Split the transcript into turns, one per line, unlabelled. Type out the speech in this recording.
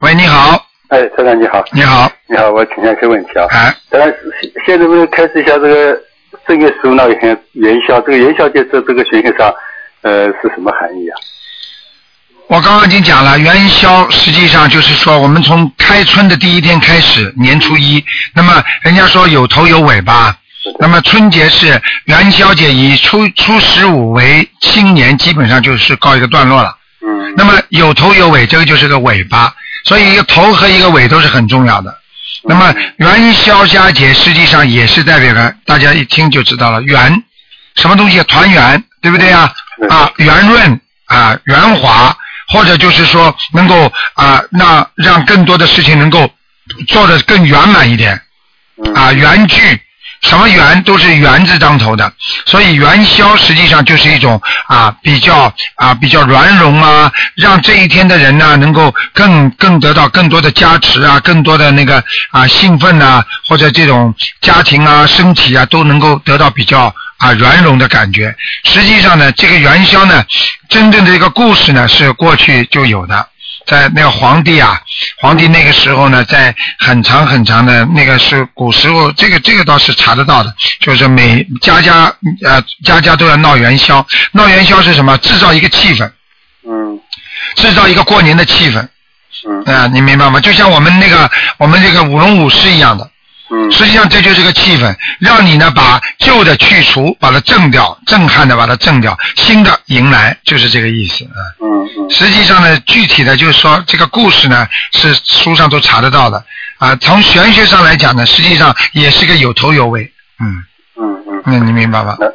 喂，你好，
哎，台长你好，
你好，
你好，我请教一个问题啊。
哎，
当然，现现在不是开始一下这个正月十五那一天元宵，这个元宵节这这个玄学上，呃，是什么含义啊？
我刚刚已经讲了，元宵实际上就是说，我们从开春的第一天开始，年初一，那么人家说有头有尾巴，那么春节是元宵节，以初初十五为新年，基本上就是告一个段落了。
嗯
那么有头有尾，这个就是个尾巴，所以一个头和一个尾都是很重要的。那么元宵佳节实际上也是代表着大家一听就知道了，圆什么东西团圆，对不对呀？
嗯
啊，圆润啊，圆滑，或者就是说能够啊，那让更多的事情能够做得更圆满一点。
嗯
啊，圆聚，什么圆都是圆字当头的，所以元宵实际上就是一种啊比较啊比较圆融啊，让这一天的人呢能够更更得到更多的加持啊，更多的那个啊兴奋啊，或者这种家庭啊、身体啊都能够得到比较。啊，圆融的感觉。实际上呢，这个元宵呢，真正的一个故事呢，是过去就有的。在那个皇帝啊，皇帝那个时候呢，在很长很长的那个是古时候，这个这个倒是查得到的，就是每家家呃家家都要闹元宵，闹元宵是什么？制造一个气氛，
嗯
制造一个过年的气氛
嗯
啊、你明白吗？就像我们那个我们这个舞龙舞狮一样的，
嗯
实际上这就是个气氛，让你呢把旧的去除，把它正掉，震撼的把它正掉，新的迎来，就是这个意思啊。
嗯嗯
实际上呢，具体的就是说，这个故事呢是书上都查得到的啊。从玄学上来讲呢，实际上也是个有头有尾。嗯，
嗯嗯，
那你明白吗？
那